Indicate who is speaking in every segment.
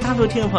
Speaker 1: 大陆听众朋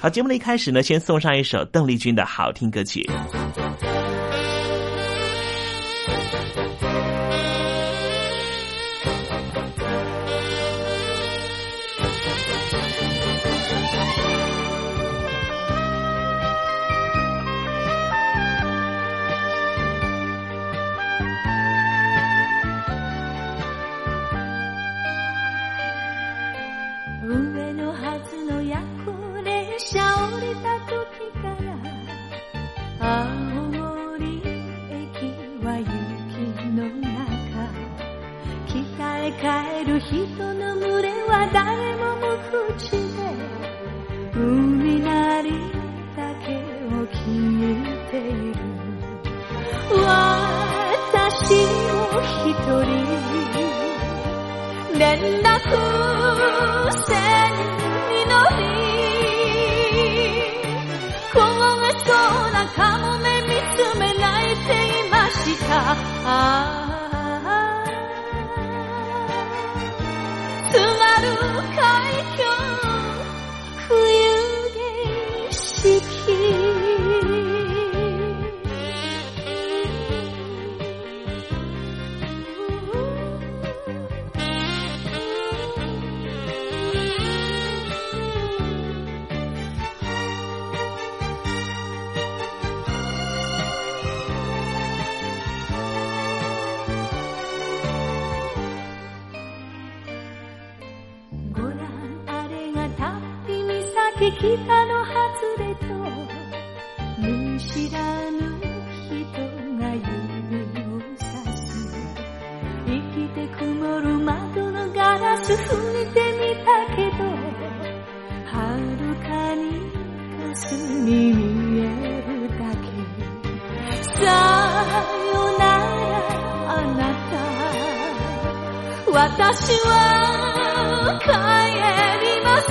Speaker 1: 好，节目的一开始呢，先送上一首邓丽君的好听歌曲。
Speaker 2: 「上のはずのやくれしゃおりたときから」「青森駅は雪の中」「北へ帰る人の群れは誰も無口で」「海ている私も一人連絡せぬ実り凍えそうなカモメ見つめ泣いていましたああ津軽海峡冬景色ご覧あれが旅岬北の外れと見知らぬ人が指をさす生きて曇る窓のガラス吹いてみたけどはるかに霞に見えるだけさよならあなた私は帰ります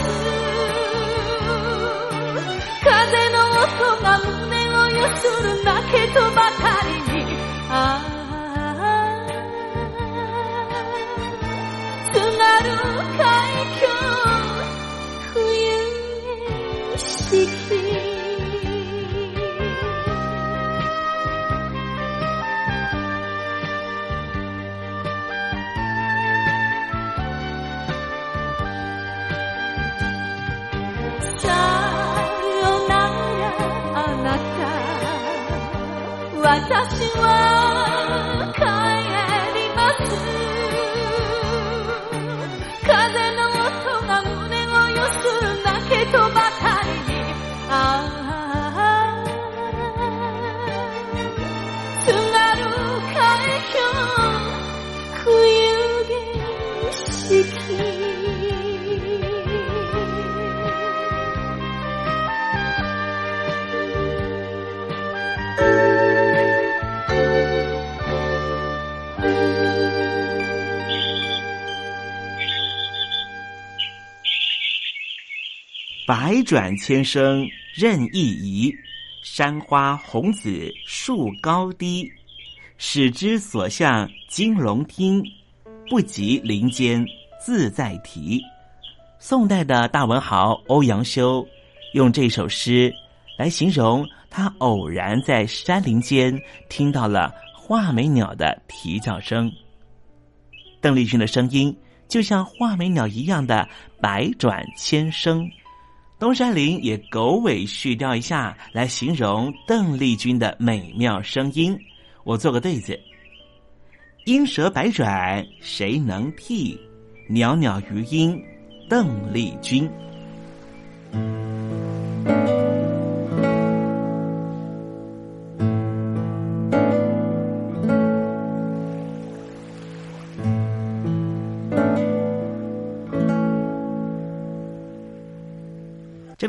Speaker 2: 風の音が胸を揺する泣けとばかりにああ津軽海峡冬景色さよならあなた私は帰ります風の音が胸をよする泣けとばかりにああ津軽海峡冬景色
Speaker 1: 百转千声任意移，山花红紫树高低。始之所向金龙听，不及林间自在啼。宋代的大文豪欧阳修用这首诗来形容他偶然在山林间听到了画眉鸟的啼叫声。邓丽君的声音就像画眉鸟一样的百转千声。东山林也狗尾续貂一下来形容邓丽君的美妙声音。我做个对子：鹰蛇百转谁能替？袅袅余音邓丽君。这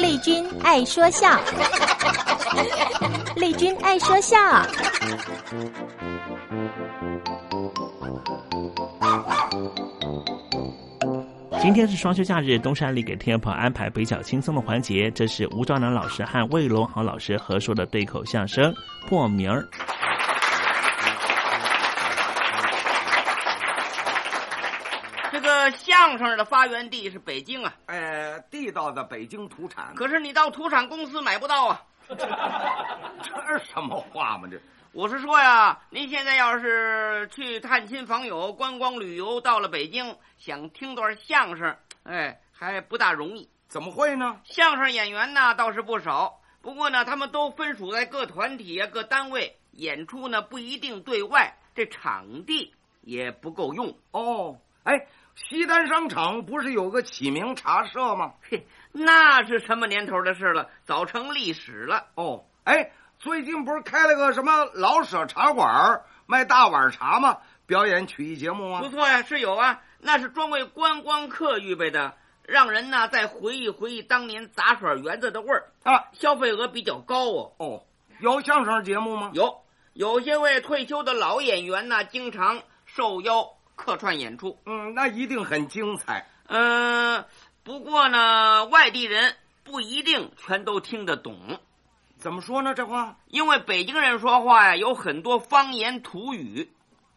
Speaker 3: 丽君爱说笑， 丽君爱说笑，
Speaker 1: 今天是双休假日，东山里给天友朋友安排比较轻松的环节，这是吴兆南老师和魏龙豪老师合说的对口相声《破名儿》。
Speaker 4: 这个相声的发源地是北京啊，
Speaker 5: 哎，地道的北京土产，
Speaker 4: 可是你到土产公司买不到啊。
Speaker 5: 这是什么话嘛？这
Speaker 4: 我是说呀，您现在要是去探亲访友、观光旅游，到了北京想听段相声，哎，还不大容易。
Speaker 5: 怎么会呢？
Speaker 4: 相声演员呢倒是不少，不
Speaker 2: 不过呢，他们都分属在各团体啊、各单位，演出呢不一定对外，这场地也不够用
Speaker 5: 哦。哎，西单商场不是有个启明茶社吗？
Speaker 2: 嘿，那是什么年头的事了，早成历史了
Speaker 5: 哦。哎，最近不是开了个什么老舍茶馆，卖大碗茶吗？表演曲艺节目啊，
Speaker 2: 不错呀、啊，是有啊，那是专为观光客预备的。让人呢再回忆回忆当年杂耍园子的味儿
Speaker 5: 啊，
Speaker 2: 消费额比较高哦。
Speaker 5: 哦，有相声节目吗？
Speaker 2: 有，有些位退休的老演员呢，经常受邀客串演出。
Speaker 5: 嗯，那一定很精彩。
Speaker 2: 嗯、呃，不过呢，外地人不一定全都听得懂。
Speaker 5: 怎么说呢？这话，
Speaker 2: 因为北京人说话呀，有很多方言土语。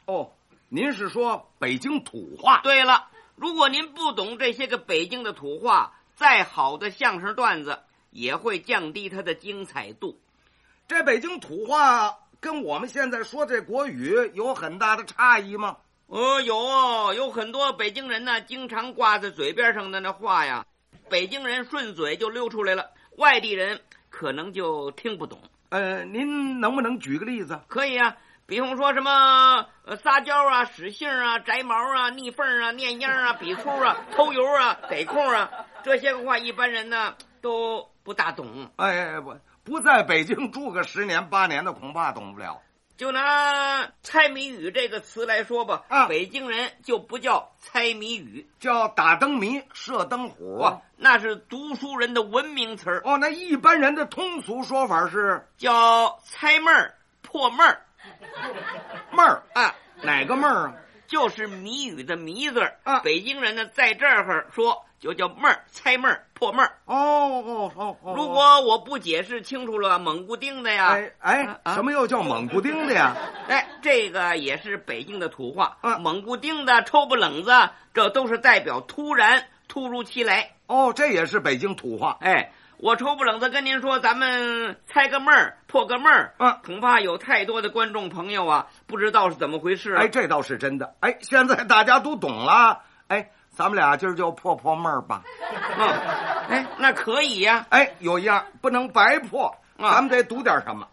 Speaker 5: 哦，您是说北京土话？
Speaker 2: 对了。如果您不懂这些个北京的土话，再好的相声段子也会降低它的精彩度。
Speaker 5: 这北京土话跟我们现在说这国语有很大的差异吗？
Speaker 2: 呃，有、哦，有很多北京人呢，经常挂在嘴边上的那话呀，北京人顺嘴就溜出来了，外地人可能就听不懂。
Speaker 5: 呃，您能不能举个例子？
Speaker 2: 可以啊。比方说什么呃撒娇啊、使性啊、摘毛啊、逆缝啊、念秧啊、比出啊、偷油啊、逮空啊，这些个话一般人呢都不大懂。
Speaker 5: 哎，不不在北京住个十年八年的恐怕懂不了。
Speaker 2: 就拿“猜谜语”这个词来说吧，
Speaker 5: 啊，
Speaker 2: 北京人就不叫猜谜语，
Speaker 5: 叫打灯谜、射灯火、
Speaker 2: 啊，那是读书人的文明词儿。
Speaker 5: 哦，那一般人的通俗说法是
Speaker 2: 叫猜闷儿、破闷儿。
Speaker 5: 闷儿
Speaker 2: 啊，
Speaker 5: 哪个闷儿啊？
Speaker 2: 就是谜语的“谜”字
Speaker 5: 啊。
Speaker 2: 北京人呢，在这儿说就叫闷儿、猜闷儿、破闷儿。
Speaker 5: 哦哦哦哦！
Speaker 2: 如果我不解释清楚了，蒙古丁的呀，
Speaker 5: 哎哎，
Speaker 2: 啊、
Speaker 5: 什么又叫蒙古丁的呀？
Speaker 2: 哎，这个也是北京的土话
Speaker 5: 啊。
Speaker 2: 蒙古丁的、抽不冷子，这都是代表突然、突如其来。
Speaker 5: 哦，这也是北京土话。
Speaker 2: 哎。我抽不冷子跟您说，咱们猜个闷儿，破个闷儿，
Speaker 5: 啊，
Speaker 2: 恐怕有太多的观众朋友啊，不知道是怎么回事、啊。
Speaker 5: 哎，这倒是真的。哎，现在大家都懂了。哎，咱们俩今儿就破破闷儿吧。
Speaker 2: 嗯，哎，那可以呀、啊。
Speaker 5: 哎，有一样不能白破，
Speaker 2: 啊、
Speaker 5: 咱们得赌点什么。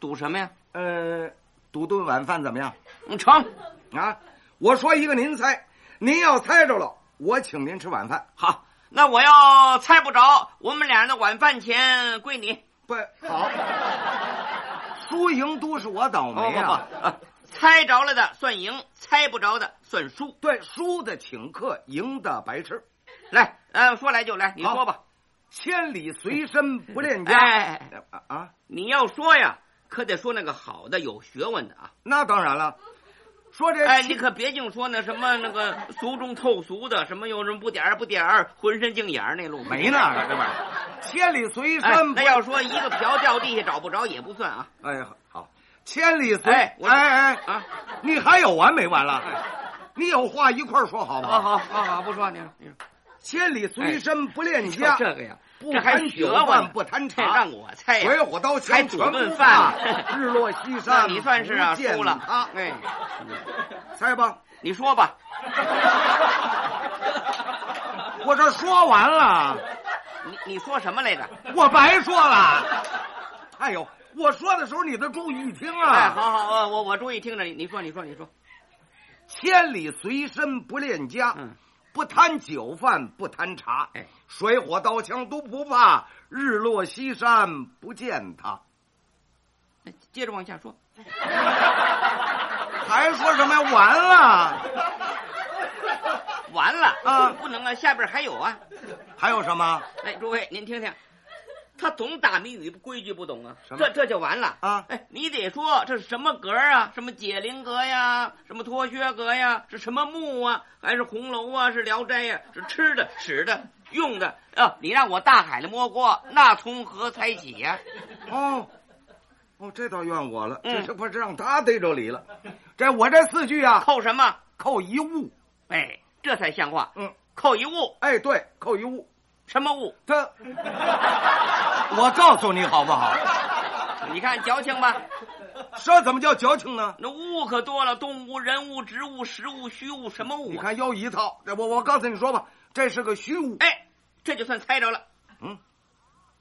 Speaker 2: 赌什么呀？嗯
Speaker 5: 呃，赌顿晚饭怎么样？
Speaker 2: 成。
Speaker 5: 啊，我说一个，您猜。您要猜着了，我请您吃晚饭。
Speaker 2: 好。那我要猜不着，我们俩的晚饭钱归你。
Speaker 5: 不好，输赢都是我倒霉
Speaker 2: 啊！哦、不不啊猜着了的算赢，猜不着的算输。
Speaker 5: 对，输的请客，赢的白吃。
Speaker 2: 来，呃，说来就来，你说吧。
Speaker 5: 千里随身不恋家。
Speaker 2: 哎
Speaker 5: 啊啊！
Speaker 2: 你要说呀，可得说那个好的、有学问的啊。
Speaker 5: 那当然了。说这
Speaker 2: 哎，你可别净说那什么那个俗中透俗的，什么又什么不点儿不点儿，浑身净眼儿那路
Speaker 5: 没那个，对吧？千里随身、哎，
Speaker 2: 那要说一个瓢掉地下找不着也不算啊。
Speaker 5: 哎，好，千里随
Speaker 2: 哎
Speaker 5: 哎
Speaker 2: 哎啊！
Speaker 5: 你还有完没完了？哎、你有话一块儿说好不
Speaker 2: 哦好？好好好，不说你说你说，
Speaker 5: 千里随身不恋家，
Speaker 2: 这个呀。
Speaker 5: 不
Speaker 2: 谈
Speaker 5: 酒
Speaker 2: 问，
Speaker 5: 不谈茶，
Speaker 2: 让我猜、啊。
Speaker 5: 水火刀
Speaker 2: 还
Speaker 5: 全
Speaker 2: 顿饭，
Speaker 5: 日落西山。
Speaker 2: 你算是啊输了
Speaker 5: 啊！哎，猜吧，
Speaker 2: 你说 吧。
Speaker 5: 我这说完了，
Speaker 2: 你你说什么来着？
Speaker 5: 我白说了。哎呦，我说的时候你得注意听啊！
Speaker 2: 哎，好好，我我注意听着你。你说，你说，你说。
Speaker 5: 千里随身不恋家。
Speaker 2: 嗯。
Speaker 5: 不贪酒饭，不贪茶，
Speaker 2: 哎，
Speaker 5: 水火刀枪都不怕，日落西山不见他。
Speaker 2: 接着往下说，
Speaker 5: 还说什么呀？完了，
Speaker 2: 完了
Speaker 5: 啊！
Speaker 2: 不能啊，下边还有啊，
Speaker 5: 还有什么？
Speaker 2: 哎，诸位您听听，他总打谜语，规矩不懂啊，
Speaker 5: 什么
Speaker 2: 这这就完了
Speaker 5: 啊！
Speaker 2: 哎，你得说这是什么格啊？什么解铃格呀？什么脱靴格呀？是什么木啊？还是红楼啊？是聊斋呀、啊？是吃的、使的、用的啊！你让我大海里摸锅，那从何猜起呀、
Speaker 5: 啊？哦，哦，这倒怨我了，
Speaker 2: 嗯、
Speaker 5: 这是不是让他逮着理了？这我这四句啊，
Speaker 2: 扣什么？
Speaker 5: 扣一物。
Speaker 2: 哎，这才像话。
Speaker 5: 嗯，
Speaker 2: 扣一物。
Speaker 5: 哎，对，扣一物。
Speaker 2: 什么物？
Speaker 5: 他，我告诉你好不好？
Speaker 2: 你看矫情吧，
Speaker 5: 这怎么叫矫情呢？
Speaker 2: 那物可多了，动物、人物、植物、食物、虚物，什么物？
Speaker 5: 你看又一套。这我我告诉你说吧，这是个虚物。
Speaker 2: 哎，这就算猜着了。
Speaker 5: 嗯，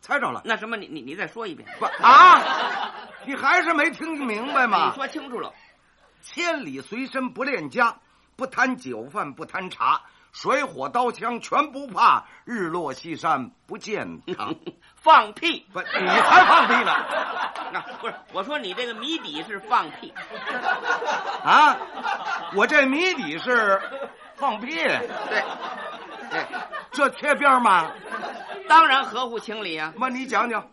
Speaker 5: 猜着了。
Speaker 4: 那什么，你你你再说一遍。
Speaker 5: 不啊，你还是没听明白吗？
Speaker 4: 你说清楚了，
Speaker 5: 千里随身不恋家，不贪酒饭不贪茶，水火刀枪全不怕，日落西山不见堂。
Speaker 4: 放屁！
Speaker 5: 不，你才放屁 呢！
Speaker 4: 啊，不是，我说你这个谜底是放屁，
Speaker 5: 啊，我这谜底是放屁，
Speaker 4: 对，对，
Speaker 5: 这贴边吗？
Speaker 4: 当然合乎情理啊。
Speaker 5: 妈，你讲讲，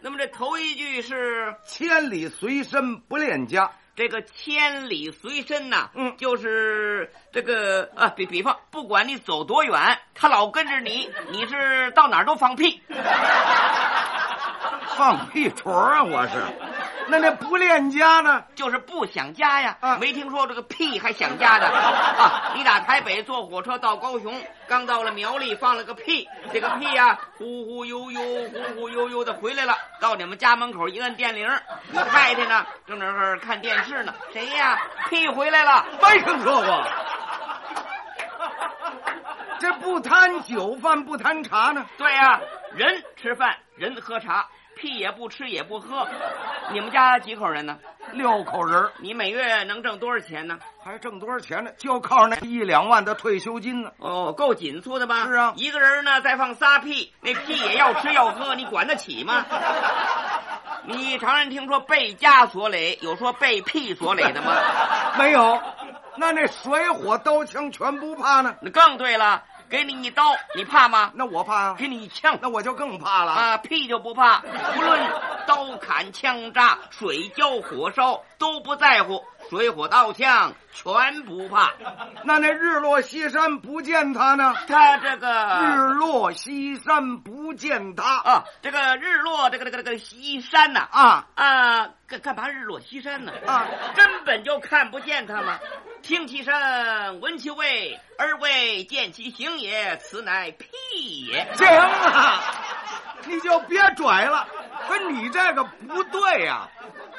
Speaker 4: 那么这头一句是
Speaker 5: 千里随身不恋家，
Speaker 4: 这个千里随身呐、
Speaker 5: 嗯
Speaker 4: 就是这个啊，比比方，不管你走多远，他老跟着你，你是到哪儿都放屁。
Speaker 5: 放屁虫啊！我是，那那不恋家呢？
Speaker 4: 就是不想家呀，
Speaker 5: 啊
Speaker 4: 没听说这个屁还想家的啊！你打台北坐火车到高雄，刚到了苗栗放了个屁，这个屁呀、忽忽悠悠、忽忽悠悠的回来了，到你们家门口一按电铃，太太呢正在那儿看电视呢，谁呀？屁回来了，
Speaker 5: 没听说过。这不贪酒饭不贪茶呢？
Speaker 4: 对呀、人吃饭，人喝茶，屁也不吃也不喝。你们家几口人呢？
Speaker 5: 六口人儿
Speaker 4: 你每月能挣多少钱呢？
Speaker 5: 还挣多少钱呢？就靠那一两万的退休金呢。
Speaker 4: 哦，够紧促的吧？
Speaker 5: 是啊
Speaker 4: 一个人呢再放仨屁，那屁也要吃要喝，你管得起 吗？你常人听说被家所累，有说被屁所累的吗？
Speaker 5: 没有，那那水火刀枪全不怕呢？
Speaker 4: 那更对了，给你一刀，你怕吗？
Speaker 5: 那我怕啊，
Speaker 4: 给你一枪，
Speaker 5: 那我就更怕了。
Speaker 4: 啊，屁就不怕，无论刀砍、枪扎、水浇、火烧都不在乎，水火刀枪全不怕。
Speaker 5: 那那日落西山不见他呢？
Speaker 4: 他这个
Speaker 5: 日落西山不见他
Speaker 4: 啊，这个日落，这个这个这个西山呐、
Speaker 5: 啊！
Speaker 4: 啊，干干嘛日落西山呢？
Speaker 5: 啊，
Speaker 4: 根本就看不见他们。听其声，闻其味，而未见其行也，此乃屁也。
Speaker 5: 行了，你就别拽了，不是你这个不对呀、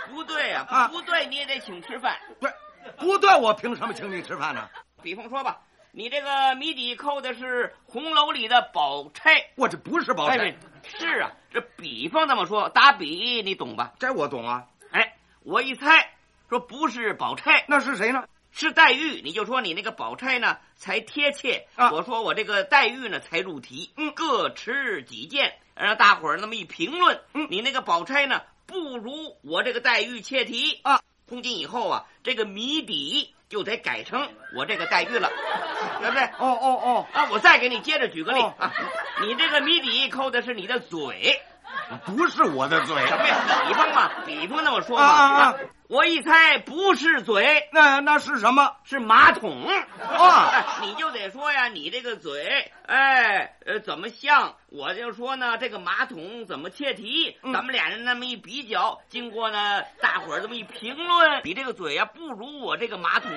Speaker 4: 不对啊，
Speaker 5: 啊
Speaker 4: 不对，你也得请吃饭。
Speaker 5: 对，不对，我凭什么请你吃饭呢？
Speaker 4: 比方说吧，你这个谜底扣的是红楼里的宝钗。
Speaker 5: 我这不是包
Speaker 4: 哎
Speaker 5: 拯、
Speaker 4: 对是啊，这比方这么说，打比你懂吧？
Speaker 5: 这我懂啊。
Speaker 4: 哎，我一猜说不是宝钗，
Speaker 5: 那是谁呢？
Speaker 4: 是黛玉，你就说你那个宝钗呢才贴切。
Speaker 5: 啊
Speaker 4: 我说我这个黛玉呢才入题。嗯，各持己见，让大伙儿那么一评论。
Speaker 5: 嗯
Speaker 4: 你那个宝钗哎呢不如我这个黛玉切题
Speaker 5: 啊。
Speaker 4: 从今以后啊，这个谜底就得改成我这个黛玉了，对不对？
Speaker 5: 哦哦哦，
Speaker 4: 啊，我再给你接着举个例、
Speaker 5: 哦
Speaker 4: 啊，你这个谜底扣的是你的嘴，
Speaker 5: 不是我的嘴。
Speaker 4: 什么呀？比方嘛，比方那么说嘛，
Speaker 5: 啊啊啊
Speaker 4: 我一猜不是嘴，
Speaker 5: 那那是什么？
Speaker 4: 是马桶
Speaker 5: 啊
Speaker 4: 哎你就得说呀，你这个嘴，哎，呃，怎么像？我就说呢，这个马桶怎么切题？
Speaker 5: 嗯
Speaker 4: 咱们俩人那么一比较，经过呢大伙儿这么一评论，你这个嘴呀、不如我这个马桶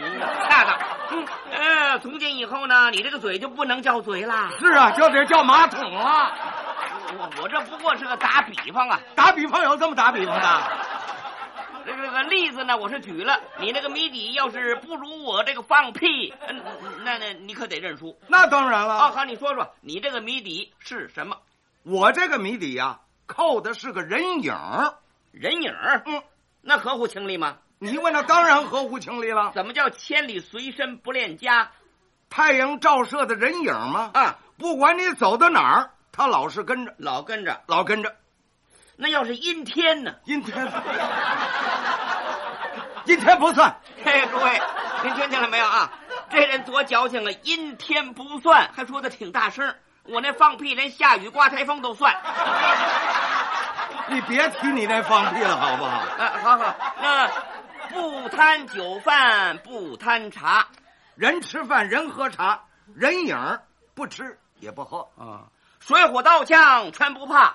Speaker 4: 恰当。嗯，呃，从今以后呢，你这个嘴就不能叫嘴啦。
Speaker 5: 是啊，就得叫马桶啊。
Speaker 4: 我我这不过是个打比方啊，
Speaker 5: 打比方有这么打比方的？
Speaker 4: 这这个例子呢，我是举了。你那个谜底要是不如我这个放屁，嗯那那你可得认输。
Speaker 5: 那当然了。
Speaker 4: 啊，好，你说说，你这个谜底是什么？
Speaker 5: 我这个谜底呀、扣的是个人影儿
Speaker 4: 人影儿？
Speaker 5: 嗯，
Speaker 4: 那合乎情理吗？
Speaker 5: 你问那当然合乎情理了。
Speaker 4: 怎么叫千里随身不恋家
Speaker 5: 太阳照射的人影儿吗？
Speaker 4: 啊？
Speaker 5: 不管你走到哪儿，他老是跟着，
Speaker 4: 老跟着。
Speaker 5: 老跟着。
Speaker 4: 那要是阴天呢？
Speaker 5: 阴天，阴天不算。
Speaker 4: 嘿，各位，您听见了没有啊？这人多矫情啊！阴天不算，还说的挺大声。我那放屁连下雨刮台风都算。
Speaker 5: 你别提你那放屁了，好不好？
Speaker 4: 啊，好好，那不贪酒饭，不贪茶，
Speaker 5: 人吃饭，人喝茶，人影儿不吃也不喝啊。
Speaker 4: 水火刀枪全不怕。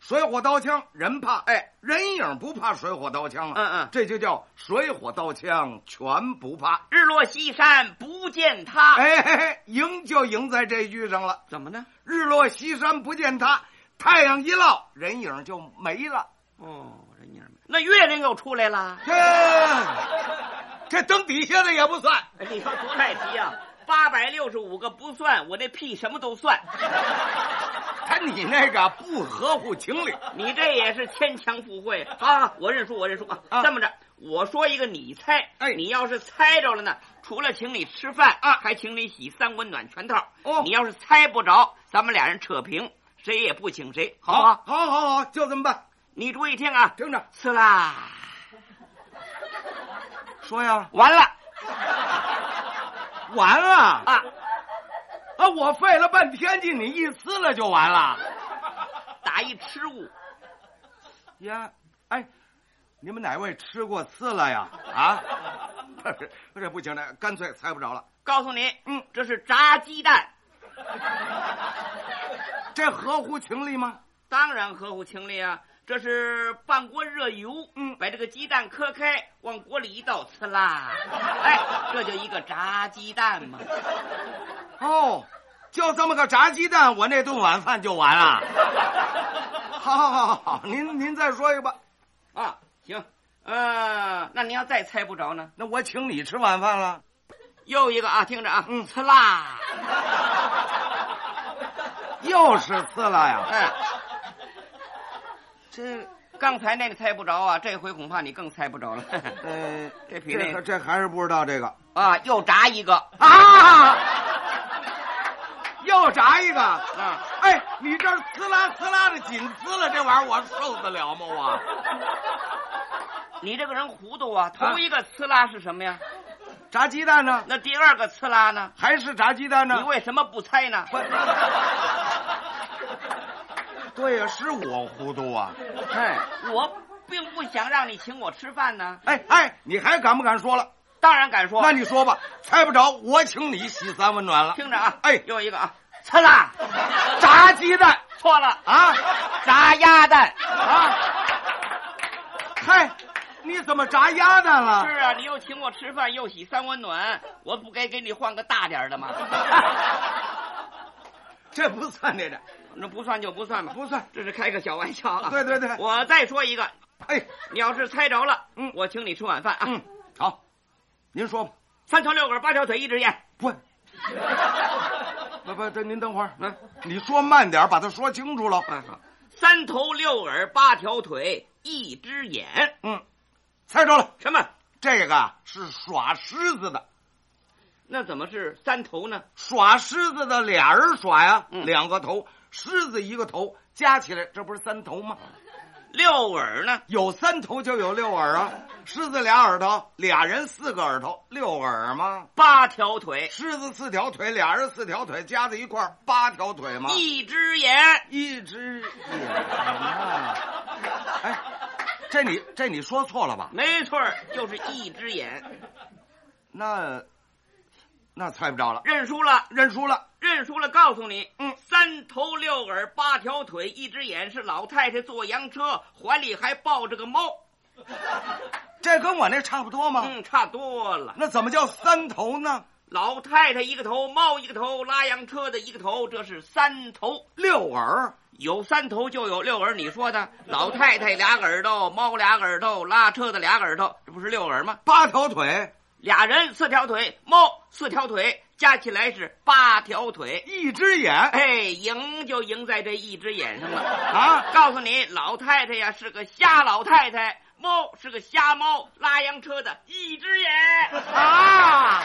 Speaker 5: 水火刀枪人怕，哎，人影儿不怕水火刀枪啊。
Speaker 4: 嗯嗯
Speaker 5: 这就叫水火刀枪全不怕。
Speaker 4: 日落西山不见他。，
Speaker 5: 哎嘿嘿，赢就赢在这句上了。
Speaker 4: 怎么呢？
Speaker 5: 日落西山不见他，太阳一落，人影就没了。
Speaker 4: 哦，人娘们，那月亮又出来了。
Speaker 5: 这这灯底下的也不算。
Speaker 4: 哎你说多赖皮啊！八百六十五个不算，我这屁什么都算。
Speaker 5: 他你那个不合乎情理，
Speaker 4: 你这也是牵强附会啊！我认输，我认输啊！这么着，我说一个，你猜，哎，你要是猜着了呢，除了请你吃饭啊，还请你洗三温暖全套。哦，你要是猜不着，咱们俩人扯平，谁也不请谁，好不好？
Speaker 5: 好，好，好，就这么办。
Speaker 4: 你注意听啊，
Speaker 5: 听着，
Speaker 4: 刺啦，
Speaker 5: 说呀，
Speaker 4: 完了，
Speaker 5: 完了
Speaker 4: 啊！
Speaker 5: 啊！我费了半天劲，你一撕了就完 了，
Speaker 4: 打一吃物。
Speaker 5: 呀，哎，你们哪位吃过刺了呀？啊，不是不行了，干脆猜不着了。
Speaker 4: 告诉你，嗯，这是炸鸡蛋，
Speaker 5: 这合乎情理吗？
Speaker 4: 当然合乎情理啊！这是半锅热油，嗯，把这个鸡蛋磕开，往锅里一倒，呲啦，哎，这就一个炸鸡蛋嘛。
Speaker 5: 哦，就这么个炸鸡蛋，我那顿晚饭就完 了。好好好好，您您再说一个吧。
Speaker 4: 啊，行，呃，那您要再猜不着呢，
Speaker 5: 那我请你吃晚饭了。
Speaker 4: 又一个啊，听着啊，嗯，呲啦，
Speaker 5: 又是呲啦呀。
Speaker 4: 哎，这刚才那个猜不着啊，这回恐怕你更猜不着了。
Speaker 5: 呃，
Speaker 4: 这比
Speaker 5: 这
Speaker 4: 那
Speaker 5: 个这还是不知道这个
Speaker 4: 啊，又炸一个
Speaker 5: 啊，又炸一个啊！哎，你这呲啦呲啦的紧呲了，这玩意儿我受得了吗？我
Speaker 4: 你这个人糊涂啊！头一个呲啦是什么呀？
Speaker 5: 炸鸡蛋呢？
Speaker 4: 那第二个呲啦呢？
Speaker 5: 还是炸鸡蛋呢？
Speaker 4: 你为什么不猜呢？
Speaker 5: 对呀，是我糊涂啊！
Speaker 4: 哎，我并不想让你请我吃饭呢。
Speaker 5: 哎哎，你还敢不敢说了？
Speaker 4: 当然敢说。
Speaker 5: 那你说吧，猜不着，我请你洗三温暖了。
Speaker 4: 听着啊，
Speaker 5: 哎，
Speaker 4: 又一个啊，呲啦，
Speaker 5: 炸鸡蛋
Speaker 4: 错了
Speaker 5: 啊，
Speaker 4: 炸鸭蛋
Speaker 5: 啊！嗨，你怎么炸鸭蛋了？
Speaker 4: 是啊，你又请我吃饭，又洗三温暖，我不该给你换个大点儿的吗？
Speaker 5: 这不算这个，
Speaker 4: 那不算就不算吧，
Speaker 5: 不算，
Speaker 4: 这是开个小玩笑啊。
Speaker 5: 对对对
Speaker 4: 我再说一个，
Speaker 5: 哎，
Speaker 4: 你要是猜着了，嗯，我请你吃晚饭啊。
Speaker 5: 嗯，好，您说吧，
Speaker 4: 三头六耳八条腿一只眼，
Speaker 5: 不， 不不，等您等会儿，来，你说慢点，把它说清楚了。
Speaker 4: 哎好，三头六耳八条腿一只眼，
Speaker 5: 嗯，猜着了，
Speaker 4: 什么？
Speaker 5: 这个是耍狮子的，
Speaker 4: 那怎么是三头呢？
Speaker 5: 耍狮子的俩人耍呀，
Speaker 4: 嗯
Speaker 5: 两个头，狮子一个头，加起来这不是三头吗？
Speaker 4: 六耳呢？
Speaker 5: 有三头就有六耳啊，狮子俩耳朵，俩人四个耳朵，六耳吗？
Speaker 4: 八条腿，
Speaker 5: 狮子四条腿，俩人四条腿，加在一块儿八条腿吗？
Speaker 4: 一只眼，
Speaker 5: 一只眼啊！哎，这你这你说错了吧？
Speaker 4: 没错儿，就是一只眼。
Speaker 5: 那那猜不着了，
Speaker 4: 认输了，
Speaker 5: 认输了。
Speaker 4: 认输了。告诉你，
Speaker 5: 嗯，
Speaker 4: 三头六耳八条腿一只眼是老太太坐洋车，怀里还抱着个猫。
Speaker 5: 这跟我那差不多吗？
Speaker 4: 嗯，差多了。
Speaker 5: 那怎么叫三头呢？
Speaker 4: 老太太一个头，猫一个头，拉洋车的一个头，这是三头。
Speaker 5: 六耳
Speaker 4: 有三头就有六耳，你说的。老太太俩耳朵，猫俩耳朵，拉车的俩耳朵，这不是六耳吗？
Speaker 5: 八条腿，
Speaker 4: 俩人四条腿，猫四条腿，加起来是八条腿。
Speaker 5: 一只眼。
Speaker 4: 哎，赢就赢在这一只眼上了
Speaker 5: 啊！
Speaker 4: 告诉你，老太太呀是个瞎老太太，猫是个瞎猫，拉洋车的一只眼
Speaker 5: 啊！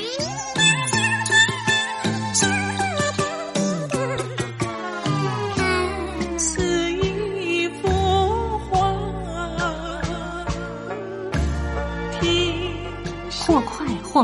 Speaker 2: 似一幅画，听
Speaker 6: 或快或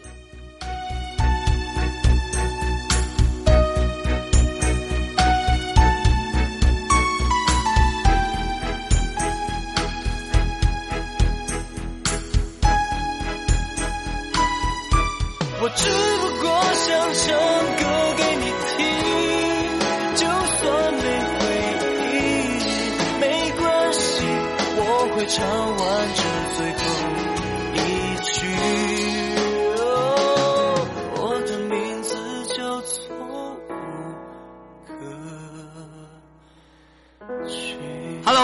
Speaker 7: 我只不过想唱歌给你听，就算没回应，没关系，我会唱完这最后一句。哦我的名字叫做无可取。
Speaker 8: Hello，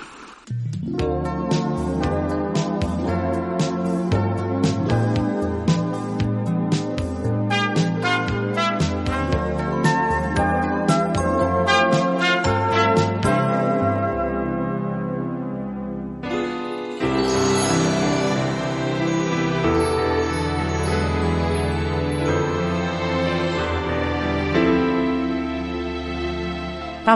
Speaker 1: 大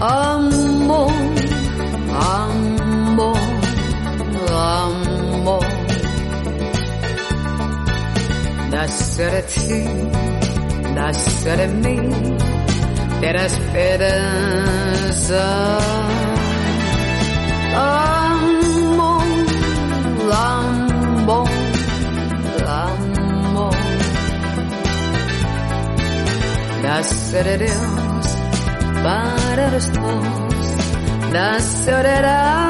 Speaker 9: Amor, amor, amor Nascer a ti, nascer a mim Ter a esperança Amor, amor, amor Nascer a Deus para los dos, la soledad.